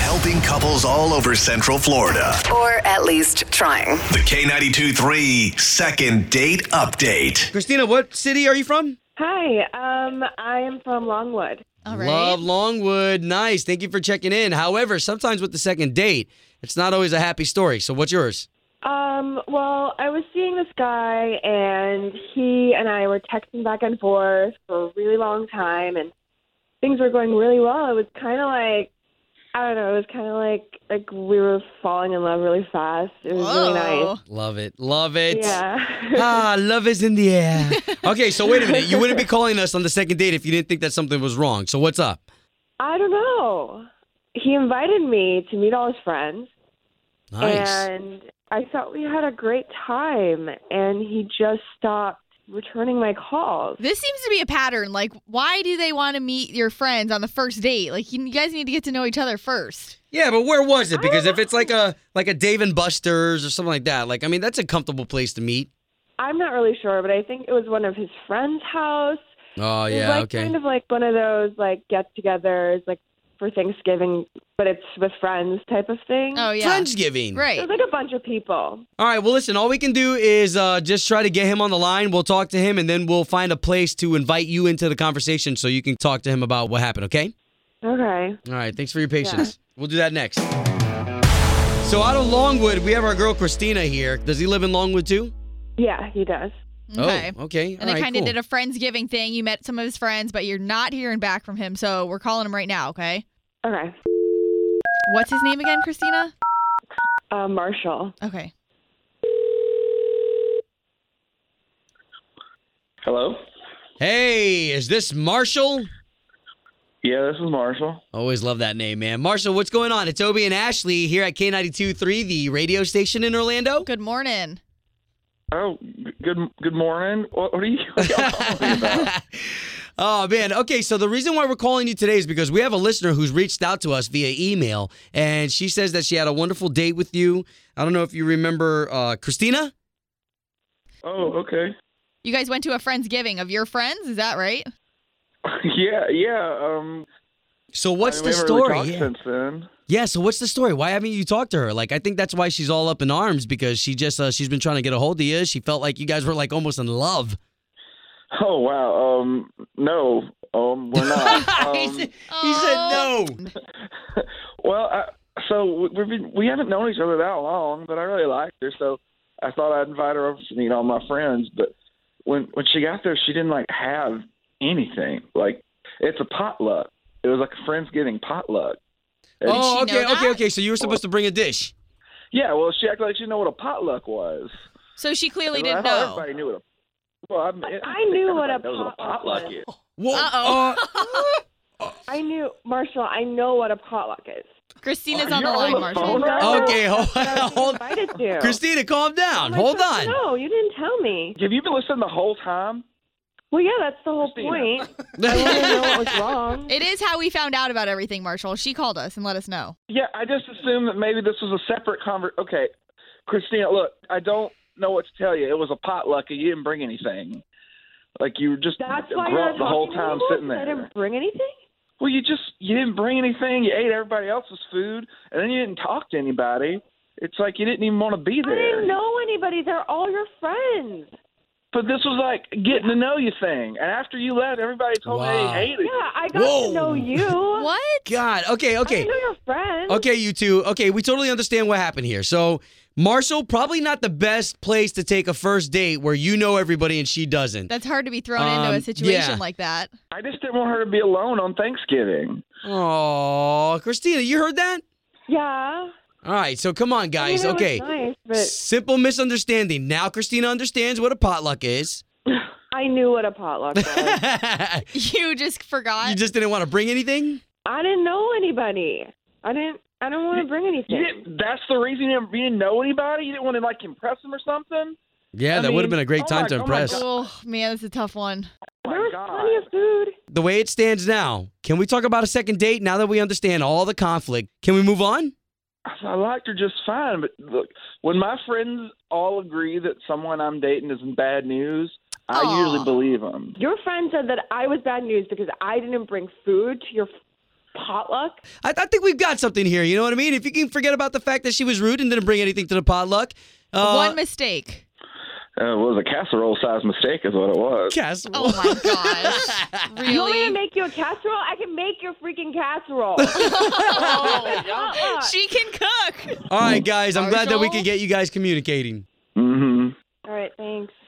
helping couples all over Central Florida. Or at least trying. The K92 3 Second Date Update. Christina, what city are you from? Hi, um, I am from Longwood. All right. Love Longwood. Nice. Thank you for checking in. However, sometimes with the second date, it's not always a happy story. So what's yours? Um, well, I was seeing this guy, and he and I were texting back and forth for a really long time, and things were going really well. It was kind of like, I don't know, it was kind of like like we were falling in love really fast. It was really nice. Love it. Love it. Yeah. Ah, love is in the air. Okay, so wait a minute. You wouldn't be calling us on the second date if you didn't think that something was wrong. So what's up? I don't know. He invited me to meet all his friends. Nice. And I thought we had a great time, and he just stopped returning my calls. This seems to be a pattern. Like, why do they want to meet your friends on the first date? Like, you you guys need to get to know each other first. Yeah, but where was it? Because if it's like a like a Dave and Buster's or something like that, like I mean, that's a comfortable place to meet. I'm not really sure, but I think it was one of his friend's house. Oh it was yeah, like okay. kind of like one of those like get-togethers, like for Thanksgiving, but it's with friends type of thing. Oh, yeah. Friendsgiving. It was Right. like a bunch of people. All right. Well, listen. All we can do is uh, just try to get him on the line. We'll talk to him, and then we'll find a place to invite you into the conversation so you can talk to him about what happened. Okay. Okay. All right. Thanks for your patience. We'll do that next. So out of Longwood, we have our girl Christina here. Does he live in Longwood too? Yeah, he does. Mm-hmm. Okay. Oh, okay. And All they right, kind of cool. did a friendsgiving thing. You met some of his friends, but you're not hearing back from him. So we're calling him right now, okay? Okay. What's his name again, Christina? Uh, Marshall. Okay. Hello. Hey, is this Marshall? Yeah, this is Marshall. Always love that name, man. Marshall, what's going on? It's Obie and Ashley here at K92.3, the radio station in Orlando. Good morning. Oh, g- good good morning. What, what are you what y'all calling about? oh, man. Okay, so the reason why we're calling you today is because we have a listener who's reached out to us via email, and she says that she had a wonderful date with you. I don't know if you remember uh, Christina? Oh, okay. You guys went to a friendsgiving of your friends? Is that right? Yeah, yeah. Um, So what's the I mean, we haven't story? Really talked yeah. Since then. Yeah, so what's the story? Why haven't you talked to her? Like, I think that's why she's all up in arms because she just uh, she's been trying to get a hold of you. She felt like you guys were like almost in love. Oh wow. Um, no. Um, we're not. he, Um, said, he said no. well, I, so we- we've been, we haven't known each other that long, but I really liked her, so I thought I'd invite her over to meet all my friends. But when when she got there, she didn't like have anything. Like it's a potluck. It was like a friendsgiving potluck. And Oh, Did she okay, know okay, that? okay. So you were supposed to bring a dish. Yeah, well, she acted like she didn't know what a potluck was. So she clearly I didn't thought know. Everybody knew what a well, I, I- I knew what a everybody knows potluck was. is. Whoa, uh, Uh-oh. I knew Marshall. I know what a potluck is. Christina's Are on the you on line, the Marshall. phone right uh, now? okay, hold, That's what hold, I was invited to. Christina, calm I'm down. like, Hold "But on. No, you didn't tell me. Have you been listening the whole time? Well, yeah, that's the whole Christina. point. I didn't know what was wrong. It is how we found out about everything, Marshall. She called us and let us know. Yeah, I just assumed that maybe this was a separate conver. Okay, Christina, look, I don't know what to tell you. It was a potluck, and you didn't bring anything. Like you were just That's why you're grumped not the whole talking time anymore? sitting I there. didn't bring anything. Well, you just you didn't bring anything. You ate everybody else's food, and then you didn't talk to anybody. It's like you didn't even want to be I there. didn't know anybody. They're all your friends. But this was like getting to know you thing. And after you left, everybody told me Wow. they hated Yeah, you. I got Whoa. to know you. What? God, okay, I okay. didn't know your friends. Okay, you two. Okay, we totally understand what happened here. So, Marshall, probably not the best place to take a first date where you know everybody and she doesn't. That's hard to be thrown Um, into a situation yeah. like that. I just didn't want her to be alone on Thanksgiving. Oh, Christina, you heard that? Yeah. All right, so come on, I guys. mean, it was okay. nice, but Simple misunderstanding. Now Christina understands what a potluck is. I knew what a potluck was. you You just forgot. just didn't want to bring anything? I didn't know anybody. I didn't. I don't want to bring You anything. didn't, that's the reason you didn't, you didn't know anybody. You didn't want to like impress them or something. Yeah, I that would have mean, been a great oh time my- to oh my impress. God. oh man, that's a tough one. Oh there my was God. plenty of food. the way it stands now, can we talk about a second date now that we understand all the conflict? Can we move on? I- I liked her just fine, but look, when my friends all agree that someone I'm dating is bad news, I Aw. usually believe them. Your friend said that I was bad news because I didn't bring food to your potluck. I, I think we've got something here. You know what I mean? If you can forget about the fact that she was rude and didn't bring anything to the potluck. Uh, One mistake. Uh, it was a casserole size mistake, is what it was. casserole. Oh my gosh. You want me to Really? make you a casserole? I can make your freaking casserole. Uh-uh. She can cook. All right, guys. I'm glad that we Marshall? could get you guys communicating. Mm-hmm. All right, thanks.